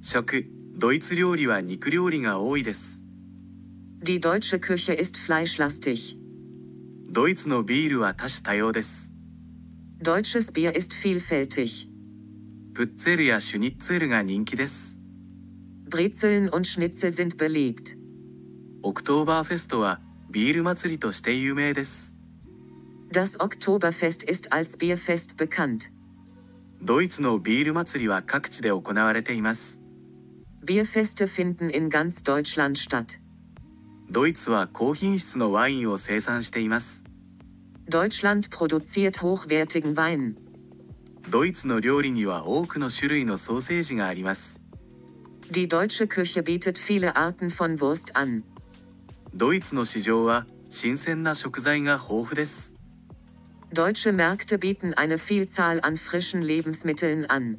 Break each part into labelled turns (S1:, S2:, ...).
S1: 食ドイツ料理は肉料理が多いです
S2: Die deutsche Küche ist fleischlastig.
S1: ドイツのビールは多種多様です
S2: Deutsches Bier ist vielfältig.
S1: プッツェルやシュニッツェルが人気です
S2: Brezeln und Schnitzel sind beliebt.
S1: オクトーバーフェストはビール祭りとして有名です
S2: Das Oktoberfest ist als Bierfest bekannt.
S1: ドイツのビール祭りは各地で行われています
S2: Bierfeste finden in ganz Deutschland statt.
S1: ドイツは高品質のワインを生産しています
S2: Deutschland produziert hochwertigen Wein.
S1: ドイツの料理には多くの種類のソーセージがあります
S2: Die deutsche Küche bietet viele Arten von Wurst an.
S1: ドイツの市場は新鮮な食材が豊富です
S2: Deutsche Märkte bieten eine Vielzahl an frischen Lebensmitteln an.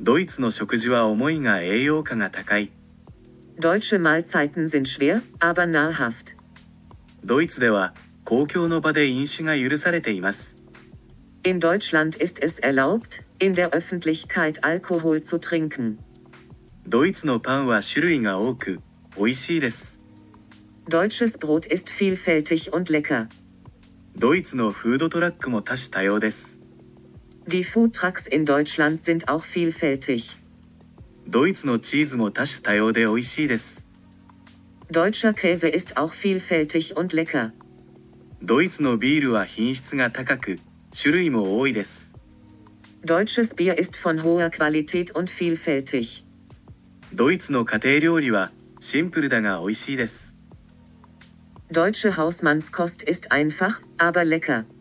S1: ドイツの食事は思いが栄養価が高い
S2: Deutsche Mahlzeiten sind schwer, aber nahrhaft.
S1: ドイツでは公共の場で飲酒が許されています
S2: In Deutschland ist es erlaubt, in der Öffentlichkeit Alkohol zu trinken.
S1: ドイツのパンは種類が多く美味しいです
S2: Deutsches Brot ist vielfältig und lecker.
S1: ドイツのフードトラックも多種多様です
S2: Die Foodtrucks in Deutschland sind auch vielfältig.
S1: ドイツのチーズも多種多様で美味しいです
S2: Deutscher Käse ist auch vielfältig und lecker.
S1: ドイツのビールは品質が高く種類も多いです
S2: Deutsches Bier ist von hoher Qualität und vielfältig.
S1: ドイツの家庭料理はシンプルだが美味しいです
S2: Deutsche Hausmannskost ist einfach, aber lecker.